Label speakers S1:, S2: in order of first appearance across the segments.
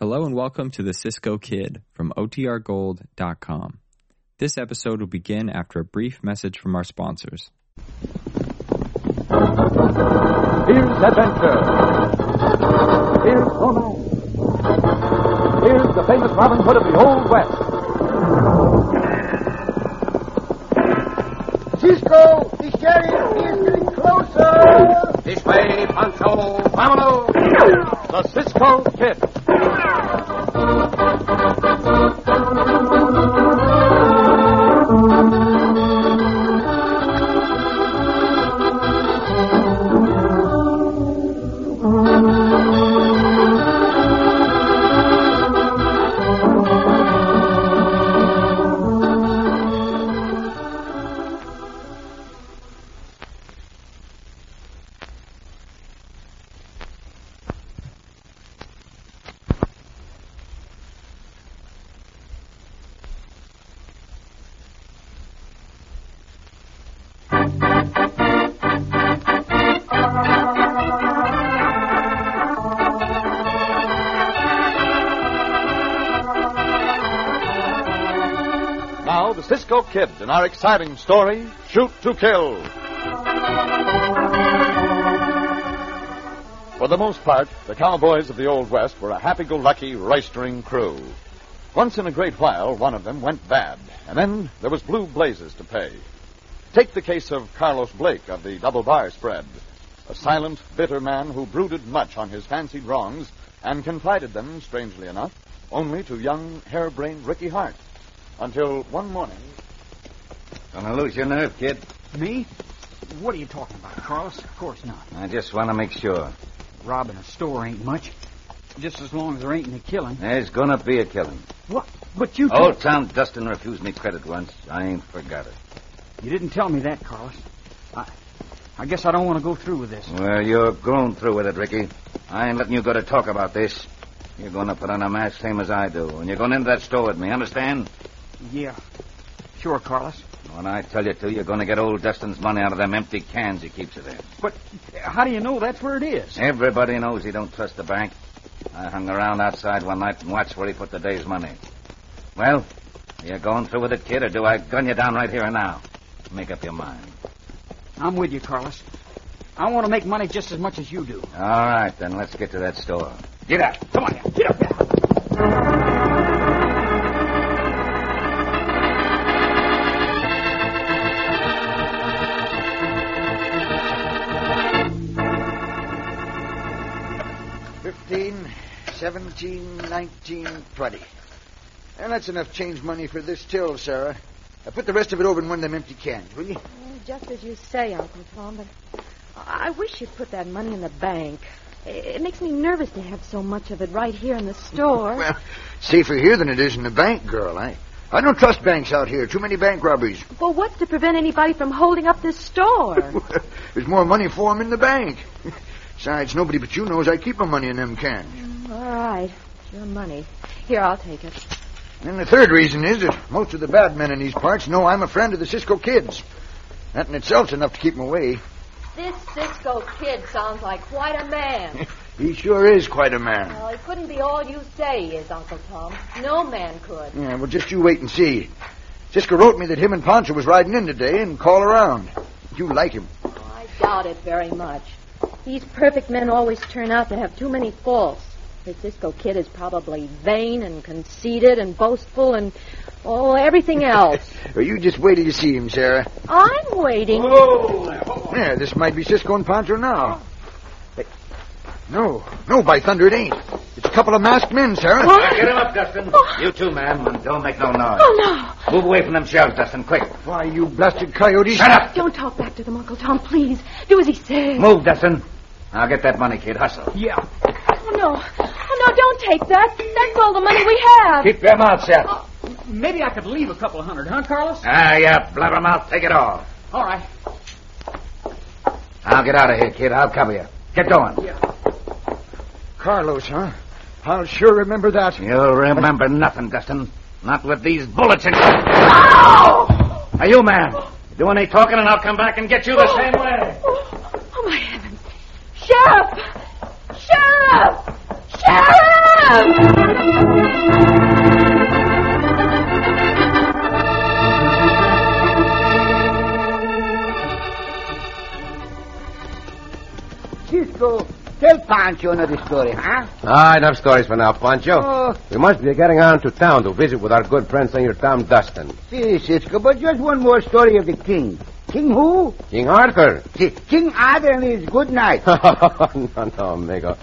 S1: Hello and welcome to the Cisco Kid from OTRGold.com. This episode will begin after a brief message from our sponsors.
S2: Here's adventure. Here's romance. Here's the famous Robin Hood of the Old West.
S3: Cisco, the sheriff is getting closer.
S2: This way, Pancho. Vámonos. The Cisco Kid. Now, the Cisco Kid in our exciting story, Shoot to Kill. For the most part, the cowboys of the Old West were a happy-go-lucky, roistering crew. Once in a great while, one of them went bad, and then there was blue blazes to pay. Take the case of Carlos Blake of the Double Bar Spread, a silent, bitter man who brooded much on his fancied wrongs and confided them, strangely enough, only to young, harebrained Ricky Hart. Until one morning.
S4: Gonna lose your nerve, kid.
S5: Me? What are you talking about, Carlos? Of course not.
S4: I just want to make sure.
S5: Robbing a store ain't much. Just as long as there ain't any killing.
S4: There's gonna be a killing.
S5: What? But you
S4: Old Tom Dustin refused me credit once. I ain't forgot it.
S5: You didn't tell me that, Carlos. I I guess I don't want to go through with this.
S4: Well, you're grown through with it, Ricky. I ain't letting you go to talk about this. You're gonna put on a mask same as I do, and you're going into that store with me, understand?
S5: Yeah. Sure, Carlos.
S4: When I tell you to, you're gonna get old Dustin's money out of them empty cans he keeps it in.
S5: But how do you know that's where it is?
S4: Everybody knows he don't trust the bank. I hung around outside one night and watched where he put the day's money. Well, are you going through with it, kid, or do I gun you down right here and now? Make up your mind.
S5: I'm with you, Carlos. I want to make money just as much as you do.
S4: All right, then let's get to that store.
S5: Get up. Come on, now. get up. Now.
S3: Fifteen, seventeen, nineteen, twenty. And that's enough change money for this till, Sarah. Now put the rest of it over in one of them empty cans, will you?
S6: Just as you say, Uncle Tom, but I wish you'd put that money in the bank. I- It makes me nervous to have so much of it right here in the store.
S3: Well, safer here than it is in the bank, girl. I, I don't trust banks out here. Too many bank robberies.
S6: well, what's to prevent anybody from holding up this store?
S3: There's more money for 'em in the bank. Besides, nobody but you knows I keep my money in them cans.
S6: All right, it's your money. Here, I'll take it.
S3: And the third reason is that most of the bad men in these parts know I'm a friend of the Cisco kids. That in itself's enough to keep 'em away.
S6: This Cisco kid sounds like quite a man.
S3: He sure is quite a man.
S6: he couldn't be all you say he is, Uncle Tom. No man could.
S3: Yeah, well, just you wait and see. Cisco wrote me that him and Poncho was riding in today and call around. You like him.
S6: I doubt it very much. These perfect men always turn out to have too many faults. The Cisco kid is probably vain and conceited and boastful and, oh, everything else.
S3: Or you just wait till you see him, Sarah.
S6: I'm waiting.
S3: Yeah, this might be Cisco and Poncho now. Hey, No, no, by thunder, it ain't. It's a couple of masked men, Sarah.
S4: Get him up, Dustin. You too, ma'am. And don't make no noise.
S6: Oh,
S4: Move away from them shelves, Dustin, quick.
S3: Why, you blasted coyotes.
S4: Shut
S6: no.
S4: up.
S6: Don't talk back to them, Uncle Tom, please. Do as he says.
S4: Move, Dustin. I'll get that money, kid. Hustle.
S5: Yeah.
S6: Oh, no. Oh, no, don't take that. That's all the money we have.
S4: Keep your mouth shut.
S5: Maybe I could leave a couple of hundred, huh, Carlos?
S4: Ah, yeah, blabbermouth. Take it all.
S5: All right.
S4: I'll get out of here, kid. I'll cover you. Get going.
S3: Carlos, huh? I'll sure remember that.
S4: You'll remember nothing, Dustin. Not with these bullets in you. Now, you, ma'am. Do any talking, and I'll come back and get you the same way.
S6: Oh, oh, my heavens. Sheriff! Sheriff! Sheriff! out.
S5: Cisco, tell Pancho another story, huh?
S4: Ah, enough stories for now, Pancho.
S5: Oh.
S4: We must be getting on to town to visit with our good friend, Senor Tom Dustin.
S5: See, Cisco, but just one more story of the king. King who?
S4: King Arthur.
S5: Si- King Arthur and his good knight.
S4: no, no, amigo.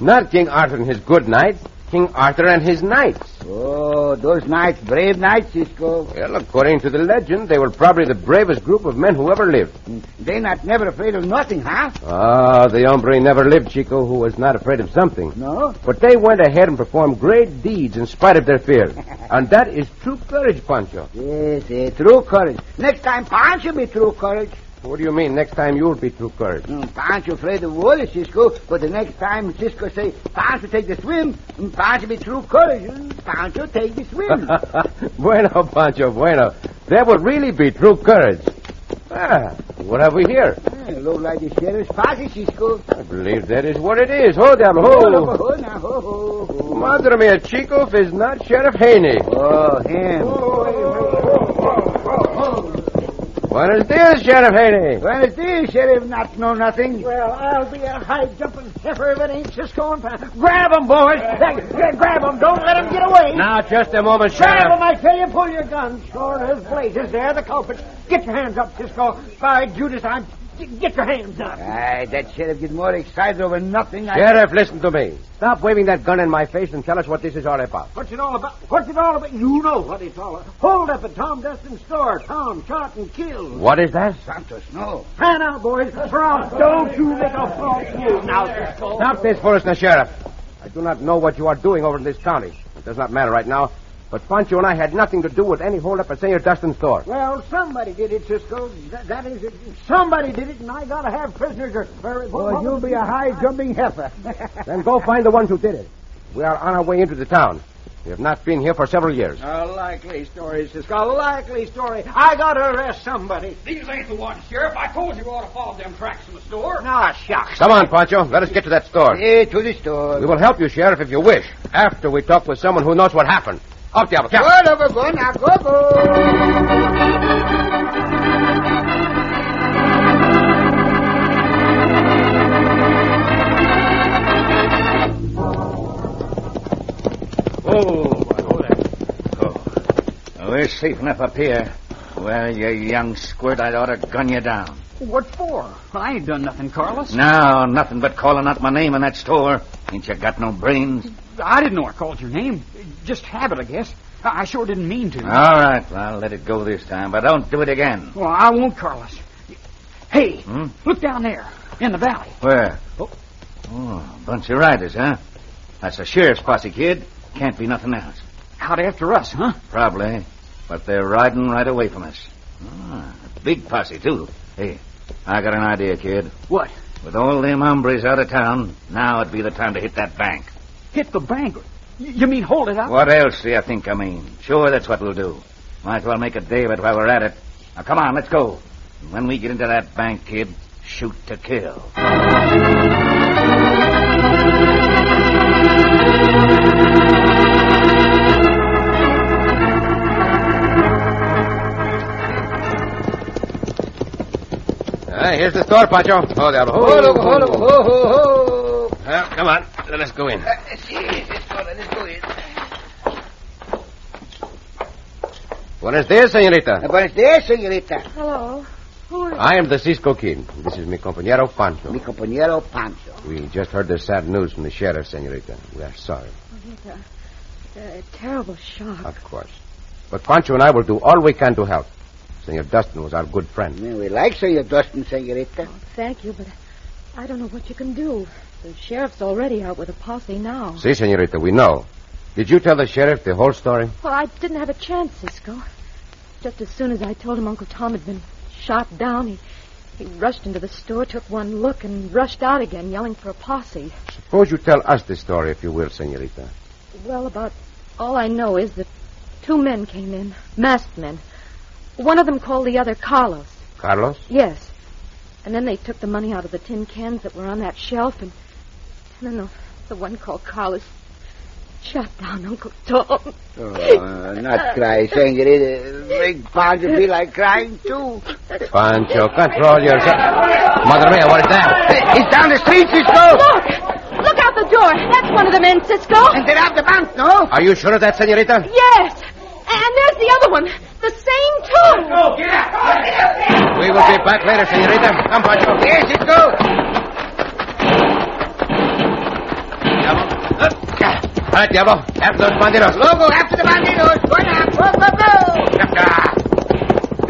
S4: Not King Arthur and his good knights, King Arthur and his knights.
S5: oh, those knights, brave knights, Cisco.
S4: Well, according to the legend, they were probably the bravest group of men who ever lived.
S5: They not never afraid of nothing, huh?
S4: Ah, the hombre never lived, Chico, who was not afraid of something.
S5: No?
S4: But they went ahead and performed great deeds in spite of their fear. and that is true courage, Pancho.
S5: Yes, eh, true courage. Next time, Pancho be true courage.
S4: What do you mean next time you'll be true courage?
S5: Mm, Pancho afraid of water, Cisco, but the next time Cisco say, Pancho take the swim, mm, Pancho be true courage, mm, Pancho take the swim.
S4: bueno, Pancho, bueno. That would really be true courage. Ah, what have we here?
S5: Eh, Look like the sheriff's party, Cisco.
S4: I believe that is what it is. Ho, diablo,
S5: Oh.
S4: ho.
S7: Oh.
S5: ho, now, ho, ho, ho.
S4: Madre mia, Chico, if it's not Sheriff Haney.
S5: Oh, him.
S4: What is this, Sheriff Haney?
S5: Well, it is, Sheriff, not know nothing.
S7: Well, I'll be a high jumping heifer if it ain't Cisco and Pan. Grab 'em, boys! Hey, Grab 'em! Don't let 'em get away!
S4: Now, just a moment,
S7: Grab 'em, I tell you! Pull your guns! Sure as blazes, they're the culprits. Get your hands up, Cisco. By Judas, I'm. Get your hands up!
S5: Aye, that sheriff get more excited over nothing. I-
S4: Sheriff, listen to me. Stop waving that gun in my face and tell us what this is all about.
S7: What's it all about? What's it all about? You know what it's all about. Hold up at Tom Dustin's store. Tom shot and killed.
S4: What is that?
S5: Santos, no.
S7: Pan out, boys. For all. Don't you make a false move now, Cisco.
S4: Stop this foolishness, Sheriff. I do not know what you are doing over in this county. It does not matter right now. But Pancho and I had nothing to do with any holdup at Senor Dustin's store.
S7: Well, somebody did it, Cisco. That, that is it. Somebody did it, and I gotta have prisoners or. or
S5: Well, you'll be a high jumping heifer.
S4: Then go find the ones who did it. We are on our way into the town. We have not been here for several years.
S7: A likely story, Cisco. A likely story. I gotta arrest somebody.
S8: These ain't the ones, Sheriff. I told you ought to follow them tracks in the store.
S7: Ah, shucks.
S4: Come on, Pancho. Let us get to that store.
S5: Eh, to the store.
S4: We will help you, Sheriff, if you wish. After we talk with someone who knows what happened. Up, Diablo. Come.
S5: Word over one, now go, go.
S9: Oh, boy, hold that. Oh. We're safe enough up here. Well, you young squirt, I'd ought to gun you down.
S5: What for? I ain't done nothing, Carlos.
S9: Now, nothing but calling out my name in that store. Ain't you got no brains?
S5: I didn't know I called your name. Just habit, I guess. I I sure didn't mean to.
S9: All right, well, let it go this time, but don't do it again.
S5: well, I won't, Carlos. Hey,
S9: Hmm?
S5: look down there in the valley.
S9: Where? Oh, oh a bunch of riders, huh? That's a sheriff's posse, kid. Can't be nothing else.
S5: Out after us, huh?
S9: Probably. But they're riding right away from us. Ah, a big posse, too. Hey, I got an idea, kid.
S5: What?
S9: With all them hombres out of town, now would be the time to hit that bank.
S5: Hit the bank. Y- You mean hold it up?
S9: What else do you think I mean? Sure, that's what we'll do. Might as well make a day of it while we're at it. Now, come on, let's go. And when we get into that bank, kid, shoot to kill.
S4: Hey, here's the store, Pancho. Oh, Diablo.
S5: Hold over, hold over. Ho, ho, ho.
S4: Well, come on. Let us go in. What is this, senorita?
S5: Buenos dias, senorita.
S6: Hello. Who are
S4: I am the Cisco Kid. This is mi compañero Pancho.
S5: Mi compañero Pancho.
S4: We just heard the sad news from the sheriff, senorita. We are sorry,
S6: a, a terrible shock.
S4: of course. But Pancho and I will do all we can to help. Senor Dustin was our good friend.
S5: Yeah, We like Senor Dustin, senorita.
S6: Thank you, but I don't know what you can do. The sheriff's already out with a posse now.
S4: See, senorita, we know. Did you tell the sheriff the whole story?
S6: Well, I didn't have a chance, Cisco. Just as soon as I told him Uncle Tom had been shot down, he, he rushed into the store, took one look, and rushed out again, yelling for a posse.
S4: Suppose you tell us the story, if you will, senorita.
S6: Well, about all I know is that two men came in, masked men. One of them called the other Carlos.
S4: Carlos?
S6: Yes. And then they took the money out of the tin cans that were on that shelf, and, and then the, the one called Carlos Shut down, Uncle Tom.
S7: Oh, uh, not cry, senorita. Make Pancho feel like crying, too.
S10: Pancho, control yourself. Mother mia, what is that?
S7: He's down the street, Cisco.
S6: Look! Look out the door. That's one of the men, Cisco.
S7: And they robbed the bank, no?
S10: Are you sure of that, senorita?
S6: Yes. And there's the other one. The same, too.
S11: Oh, get out! Get out!
S10: We will be back later, senorita. Come, Pancho.
S7: Here, Cisco.
S10: All right, Ah, Diablo. After those bandidos.
S7: Logo, after the bandidos. Go now. Go, go, go.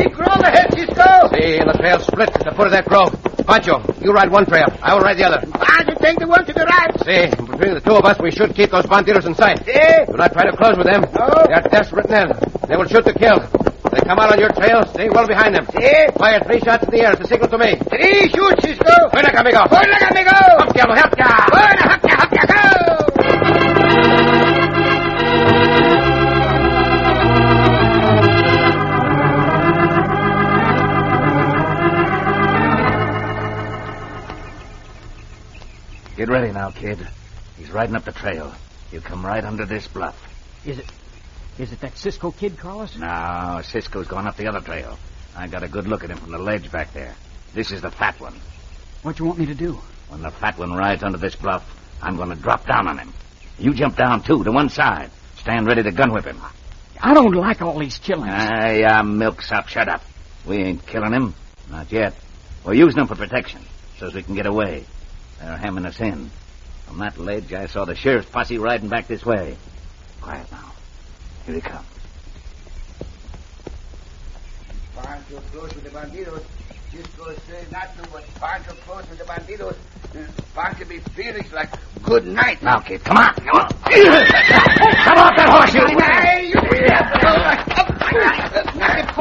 S7: Big grove ahead, Cisco.
S10: See, the trail split at the foot of that grove. Pancho, you ride one trail. I will ride the other.
S7: Pancho, take the one to the right.
S10: See, between the two of us, we should keep those bandidos in sight.
S7: See?
S10: Do not try to close with them.
S7: No.
S10: They are desperate men. They will shoot to kill. If they come out on your trail, stay well behind them.
S7: See?
S10: Fire three shots in the air as a signal to me.
S7: Three shoot, Cisco.
S10: Buena, amigo.
S7: Buena, amigo.
S10: Up, Diablo, help ya.
S7: Buena, hop, ya, hop, ya, go.
S4: Get ready now, kid. He's riding up the trail. You come right under this bluff.
S12: Is it. Is it that Cisco kid, Carlos?
S4: No, Cisco's gone up the other trail. I got a good look at him from the ledge back there. This is the fat one.
S12: What you want me to do?
S4: When the fat one rides under this bluff, I'm going to drop down on him. You jump down, too, to one side. Stand ready to gun whip him.
S12: I don't like all these killings.
S4: Ah, yeah, milksop, shut up. We ain't killing him. Not yet. We're using him for protection, so's we can get away. They're hemming us in. From that ledge, I saw the sheriff's posse riding back this way. Quiet now. Here he comes.
S7: Pancho close with the bandidos. Cisco say not to what Pancho close with the bandidos. Uh, Pancho be Felix like good night.
S4: Now, kid, come on. Come on. come off that horse, you.
S7: Hey, you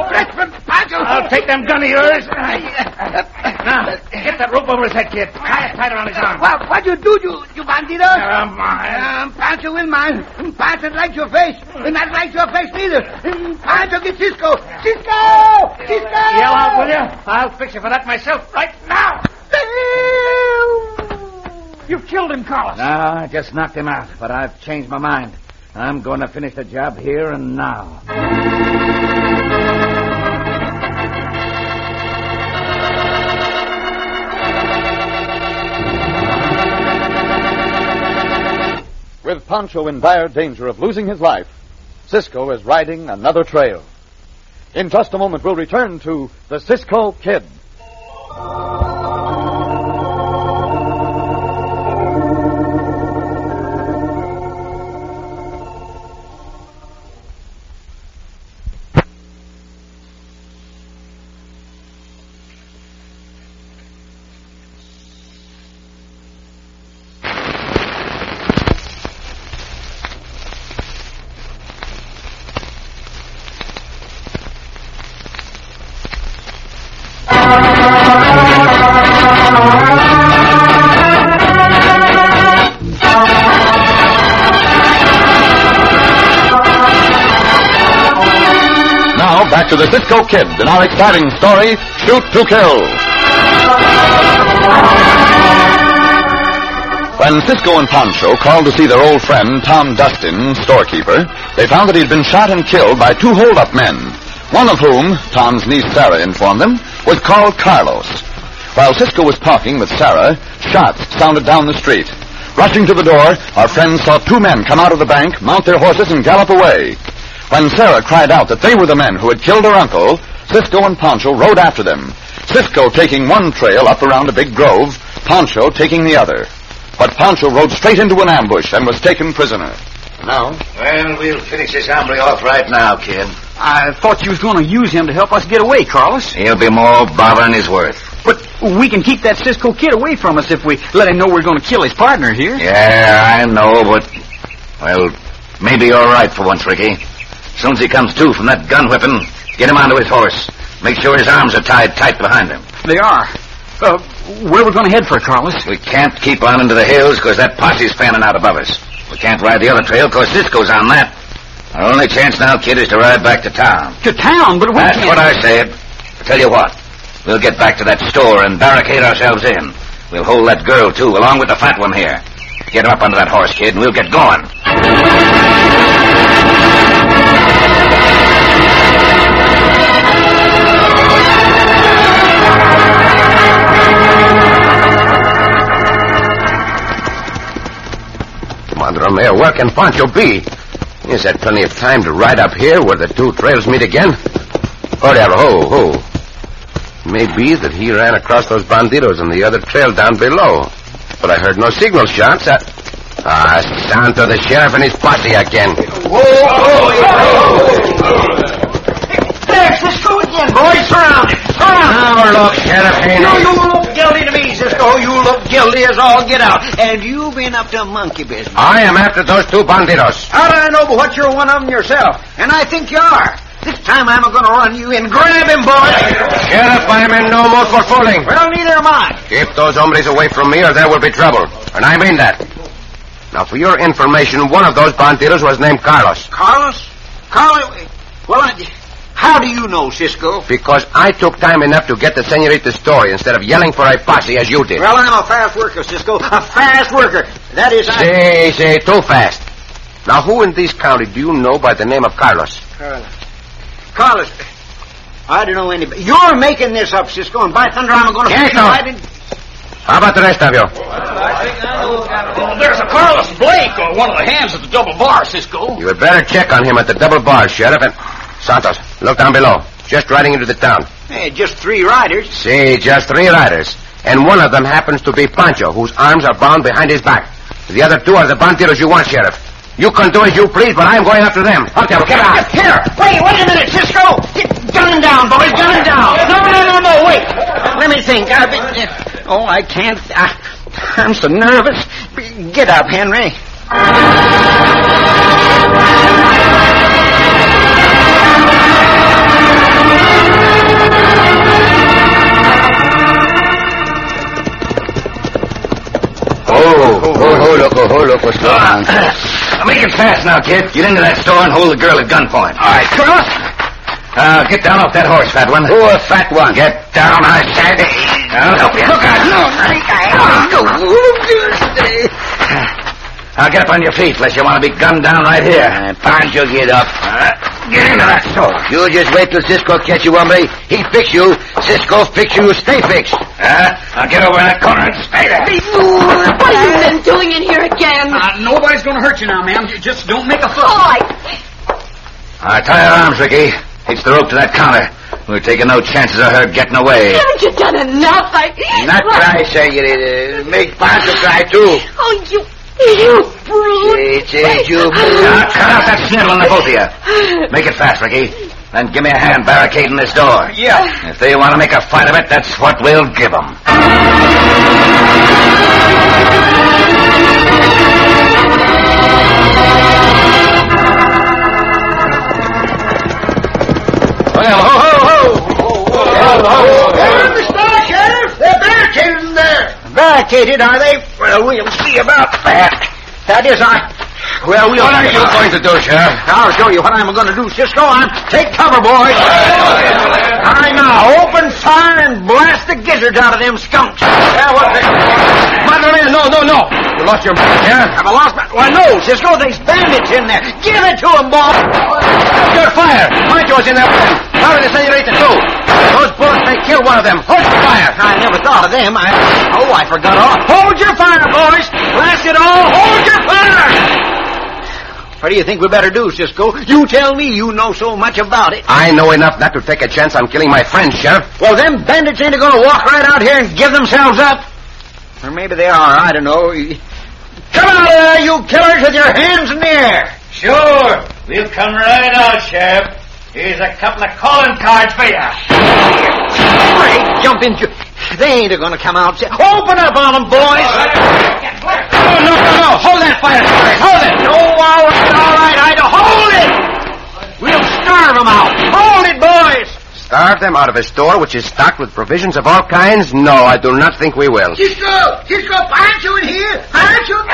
S7: Breath from Pancho.
S4: I'll take them gun of yours. Now, get that rope over his head, kid. Tie it tight around his arm.
S7: What, what you do, you, you bandido?
S4: Come on.
S7: Um, Pancho will mine. Pancho like your face. And not like your face neither. Um, Pancho get Cisco. Cisco! Cisco!
S4: Yell out, will you? I'll fix you for that myself right now.
S11: You killed him, Carlos.
S4: No, I just knocked him out, but I've changed my mind. I'm going to finish the job here and now.
S3: With Pancho in dire danger of losing his life, Cisco is riding another trail. In just a moment, we'll return to the Cisco Kid. Now, back to the Cisco Kid in our exciting story, Shoot to Kill. When Cisco and Pancho called to see their old friend, Tom Dustin, storekeeper, they found that he'd been shot and killed by two hold-up men, one of whom, Tom's niece Sarah informed them, was called Carlos. While Cisco was talking with Sarah, shots sounded down the street. Rushing to the door, our friends saw two men come out of the bank, mount their horses, and gallop away. When Sarah cried out that they were the men who had killed her uncle, Cisco and Pancho rode after them. Cisco taking one trail up around a big grove, Pancho taking the other. But Pancho rode straight into an ambush and was taken prisoner. Now,
S4: Well, we'll finish this hombre off right now, kid.
S5: I thought you was going to use him to help us get away, Carlos.
S4: He'll be more bother than he's worth.
S5: But we can keep that Cisco kid away from us if we let him know we're going to kill his partner here.
S4: Yeah, I know, but. Well, maybe you're right for once, Ricky. Soon as he comes to from that gun whipping, get him onto his horse. Make sure his arms are tied tight behind him.
S5: They are. Uh, where we're going to head for, Carlos?
S4: We can't keep on into the hills because that posse's fanning out above us. We can't ride the other trail because Cisco's on that. Our only chance now, kid, is to ride back to town.
S5: To town, but we
S4: That's
S5: can't.
S4: what I said. Tell you what, we'll get back to that store and barricade ourselves in. We'll hold that girl, too, along with the fat one here.
S13: Get him up under that horse, kid, and we'll get going.
S4: Madromeo, where can Pancho be? He's had plenty of time to ride up here where the two trails meet again. Hurry up, ho, ho. Maybe that he ran across those bandidos on the other trail down below. But I heard no signal shots. I... Ah, Santo, the sheriff and his posse again.
S7: There, Cisco again, boys. Surround him. Surround him.
S4: Now look, Sheriff Haynes.
S7: You, you look guilty to me, Cisco. You look guilty as all get out. And you've been up to monkey business.
S4: I am after those two bandidos.
S7: How do I know but what you're one of them yourself? And I think you are. This time I'm going to run you and grab him, boy.
S4: Sheriff, I am in no mood for fooling.
S7: Well, neither am I.
S4: Keep those hombres away from me or there will be trouble. And I mean that. Now, for your information, one of those bandidos was named Carlos.
S7: Carlos? Carlos? Well, I, how do you know, Cisco?
S4: Because I took time enough to get the senorita's story instead of yelling for a posse as you did.
S7: Well, I'm a fast worker, Cisco. A fast worker. That is, I...
S4: Say, say, too fast. Now, who in this county do you know by the name of Carlos?
S7: Carlos. Carlos. I don't know anybody. You're making this up, Cisco, and by thunder, I'm going to...
S4: Yes, sir.
S7: I didn't...
S4: How about the rest of you?
S14: Oh, there's a Carlos Blake on one of the hands at the double bar, Cisco.
S4: You had better check on him at the double bar, Sheriff. And Santos, look down below. Just riding into the town.
S7: Hey, just three riders.
S4: See, just three riders. And one of them happens to be Pancho, whose arms are bound behind his back. The other two are the bandidos you want, Sheriff. You can do as you please, but I'm going after them. Up there, get out.
S7: Here! Wait, wait a minute, Cisco! Get, gun him down, boys, gun him down! No, no, no, no, wait! Let me think. I've been, uh, oh, I can't. I, I'm so nervous. Get up, Henry.
S4: Oh, oh, oh, look, oh, oh, look, what's going on? Make it fast now, kid. Get into that store and hold the girl at gunpoint. All right, Carlos. Uh, get down off that horse, fat one. Who a fat one? Get down, I said. I'll help you. Look out. No, Ah. Now get up on your feet, unless you want to be gunned down right here. Pancho, Uh, get up. get into that store. You just wait till Cisco catch you, hombre. He fix you. Cisco fix you. Stay fixed. Huh? Now Uh, get over in that corner and stay there.
S6: What have you been doing in here again?
S14: Uh, nobody's going to hurt you now, ma'am. You just don't make a fuss.
S6: Oh,
S4: All right, tie her arms, Ricky. Hitch the rope to that counter. We're taking no chances of her getting away.
S6: haven't you done enough? I...
S4: Not try, senorita. Make Pancho try, too.
S6: Oh, you... You brute.
S4: It's you. Now, cut out that snivel on the both of you. Make it fast, Ricky. Then give me a hand barricading this door. Yeah. If they want to make a fight of it, that's what we'll give them. Well, ho, ho, ho! Oh,
S7: They're in the store, Sheriff! They're barricaded in there! Barricaded, are they? Well, we'll see about that. That is, I... Well, we'll...
S4: What are you going to do, Sheriff?
S7: I'll show you what I'm going to do, Cisco. I'm... Take cover, boys! I now open fire and blast the gizzards out of them skunks. Yeah, what the... Mother man, no, no, no.
S4: You lost your mind, Sheriff.
S7: Have I lost my... Why, no, Cisco, there's bandits in there. Give it to them, boy.
S4: Your fire! Pancho's in there with them. How did the senorita do? Those bullets may kill one of them. Hold your fire!
S7: I never thought of them. I... Oh, I forgot all. Hold your fire, boys. Blast it all. Hold your fire. What do you think we better do, Cisco? You tell me you know so much about it.
S4: I know enough not to take a chance on killing my friend, Sheriff.
S7: Well, them bandits ain't going to walk right out here and give themselves up. Or maybe they are. I don't know. Come out of there, you killers, with your hands in the air.
S15: Sure. We'll come right out, Sheriff. Here's a couple of calling cards for you.
S7: Great jumping. Ju- they ain't going to come out. Open up on them, boys.
S15: Hey,
S7: No, no, no, no. Hold that fire, Clarence. Hold it. No, all right, all right, Ida. Hold it. We'll starve them out. Hold it, boys.
S4: Starve them out of a store which is stocked with provisions of all kinds? No, I do not think we will.
S5: Cisco! Cisco, Pancho in here! Pancho!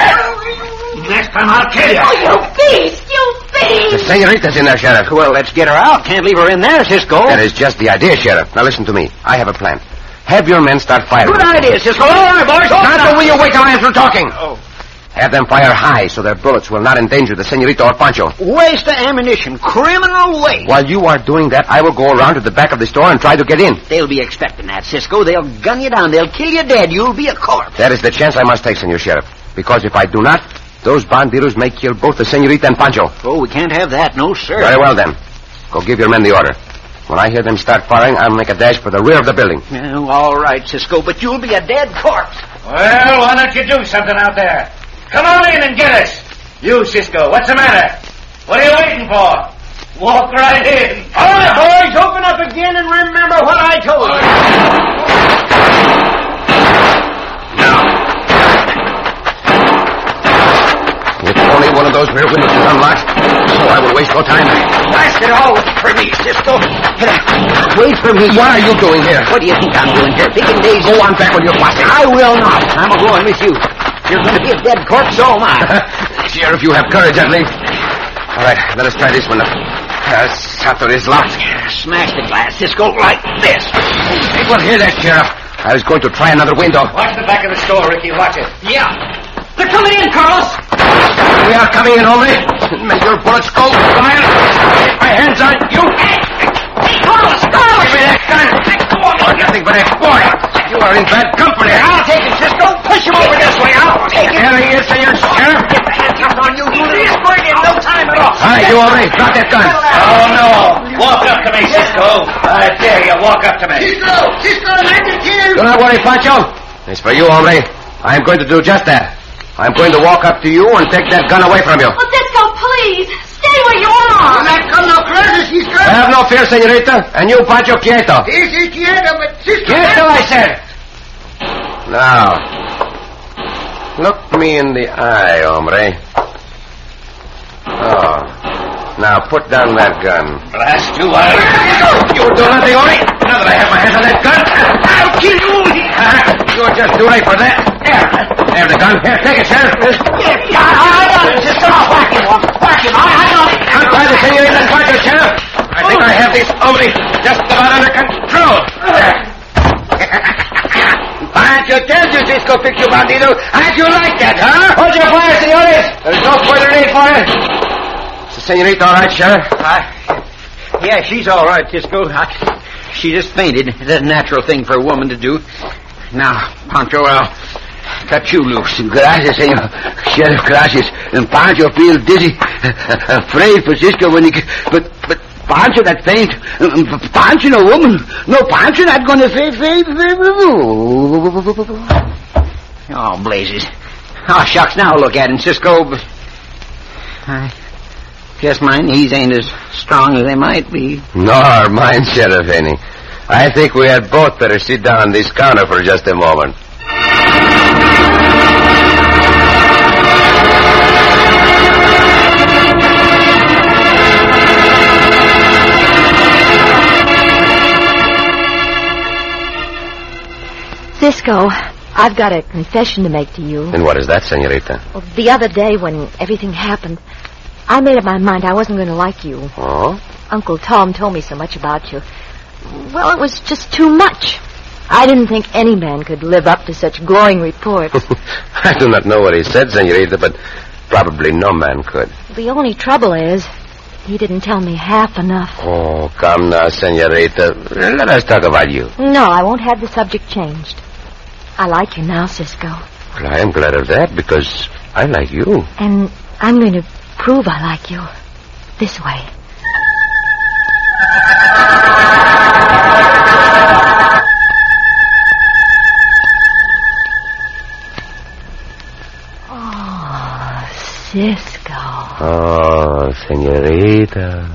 S15: Next time I'll kill you.
S6: you beast! You
S4: The
S6: beast!
S4: senorita's in there, Sheriff.
S7: Well, let's get her out. Can't leave her in there, Cisco.
S4: That is just the idea, Sheriff. Now listen to me. I have a plan. Have your men start firing.
S7: Good idea, Cisco. All right, boys. Open
S4: Tonto,
S7: up.
S4: will you wait till I am through talking? Have them fire high so their bullets will not endanger the senorita or Pancho.
S7: Waste of ammunition. Criminal waste.
S4: While you are doing that, I will go around to the back of the store and try to get in.
S7: They'll be expecting that, Cisco. They'll gun you down. They'll kill you dead. You'll be a corpse.
S4: That is the chance I must take, Senor Sheriff. Because if I do not, those bandidos may kill both the senorita and Pancho.
S7: Oh, we can't have that. No, sir.
S4: Very well, then. Go give your men the order. When I hear them start firing, I'll make a dash for the rear of the building.
S7: Oh, all right, Cisco, but you'll be a dead corpse.
S15: Well, why don't you do something out there? Come on in and get us. You, Cisco, what's the matter? What are you waiting for? Walk right in.
S16: Hold it, boys. Open up again and remember what I told you.
S4: If only one of those rear windows is unlocked, so I would waste no time.
S7: Blast it all. Wait for me, Cisco. Wait for me.
S4: What are you doing here?
S7: What do you think I'm doing here? Picking days.
S4: Go on back with your posse.
S7: I will not. I'm going with you. You're going to be a dead corpse, so am I.
S4: Sheriff, you have courage at least. All right, let us try this window. Uh, Sato is locked.
S7: Smash the glass, Cisco, like this.
S4: They will hear that, Sheriff. I was going to try another window.
S15: Watch the back of the store, Ricky. Watch it.
S7: Yeah. They're coming in, Carlos.
S4: We are coming in, hombre. May your bullets go fire. My hands on you.
S7: Hey, Carlos, Carlos.
S4: Give me that gun. You're nothing but a boy. You are in bad company.
S7: I'll take it, Cisco. Push him over this way. I'll take it.
S4: There he is, Senor Sheriff.
S7: Get the handcuffs on you. You'll be in no time at all.
S4: Hi, you hombre. Drop that gun.
S15: Oh, no. Walk up to me, Cisco. I dare you. Walk up to me.
S5: Cisco, Cisco, the magic here.
S4: Do not worry, Pancho. It's for you, hombre. I am going to do just that. I'm going to walk up to you and take that gun away from you.
S17: Oh, Cisco, please. Stay where you
S5: Do
S17: are.
S5: not come no closer, Cisco.
S4: Have no fear, senorita. And you, Pancho, quieto.
S5: This is quieto, but Cisco...
S4: Quieto, I said. Now, look me in the eye, hombre. Oh. Now, put down that gun.
S15: Blast you, I... You
S4: do nothing, hombre. Now that I have my hands on that gun, I'll kill you. You're just too late for that. There. There, the gun. Here, take it, Sheriff.
S7: Yeah, I, I got it. Just stop whacking one. Whack him. I, I got it.
S4: I'm trying to say you ain't quite good, Sheriff. I think I have these only just about under control.
S7: Pancho tells you, Cisco, fix you, bandito. How'd you like that, huh?
S4: Hold your fire, senores. There's no further need for it. Is the senorita all right, Sheriff?
S7: Uh, yeah, she's all right, Cisco. I, she just fainted. The natural thing for a woman to do. Now, Pancho, I'll cut you loose.
S13: Gracias, senor. Sheriff, gracias. And Pancho feels dizzy. Afraid for Cisco when he... But, but Pancho that faint.
S7: um,
S13: Pancho no woman. No, Pancho not gonna faint, faint, faint.
S7: Oh, blazes. Oh, shucks, now look at him, Cisco. But I guess my knees ain't as strong as they might be.
S4: Nor mine, Sheriff Haney. I think we had both better sit down on this counter for just a moment.
S6: Cisco, I've got a confession to make to you.
S4: And what is that, senorita?
S6: Well, the other day when everything happened, I made up my mind I wasn't going to like you.
S4: Oh?
S6: Uncle Tom told me so much about you. Well, it was just too much. I didn't think any man could live up to such glowing reports.
S4: I do not know what he said, senorita, but probably no man could.
S6: The only trouble is, he didn't tell me half enough.
S4: Oh, come now, senorita. Let us talk about you.
S6: No, I won't have the subject changed. I like you now, Cisco.
S4: Well, I am glad of that because I like you.
S6: And I'm going to prove I like you. This way. Oh, Cisco.
S4: Oh, senorita.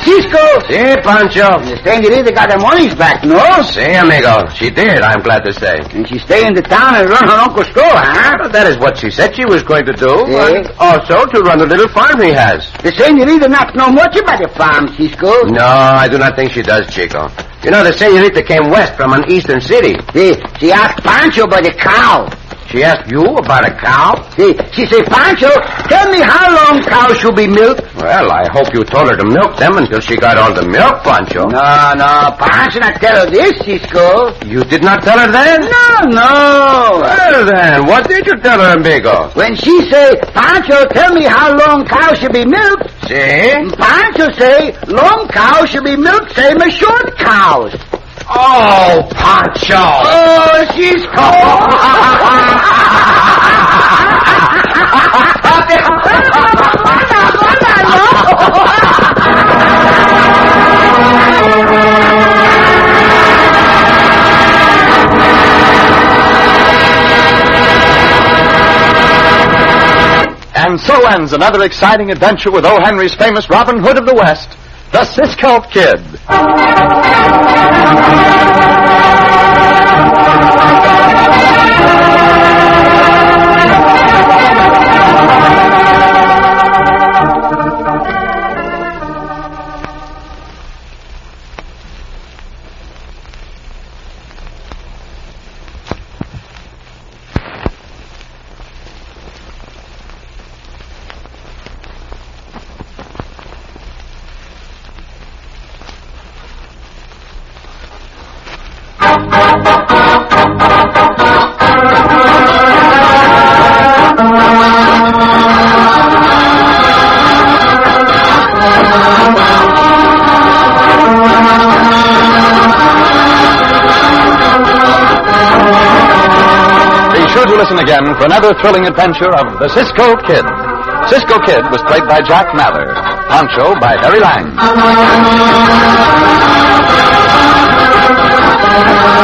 S7: Cisco!
S4: Si, Pancho.
S7: The senorita got her money's back, no?
S4: Si, amigo. She did, I'm glad to say.
S7: And she stay in the town and run her uncle's store, huh?
S4: Well, that is what she said she was going to do.
S7: Si.
S4: and Also to run the little farm he has.
S7: The senorita not know much about the farm, Cisco.
S4: No, I do not think she does, Chico. You know, the senorita came west from an eastern city.
S7: Si, she asked Pancho by the cow.
S4: She asked you about a cow? She, she said, Pancho, tell me how long cows should be milked.
S18: Well, I hope you told her to milk them until she got all the milk, Pancho.
S4: No, no, Pancho not tell her this, Cisco.
S18: You did not tell her then?
S4: No, no.
S18: Well, then, what did you tell her, amigo?
S4: When she say, Pancho, tell me how long cow should be milked.
S18: See?
S4: Pancho say, long cows should be milked same as short cows.
S18: Oh, Pancho.
S4: Oh, she's
S3: And so ends another exciting adventure with O. Henry's famous Robin Hood of the West, the Cisco Kid. Be sure to listen again for another thrilling adventure of the Cisco Kid. Cisco Kid was played by Jack Mather, Pancho by Harry Lang.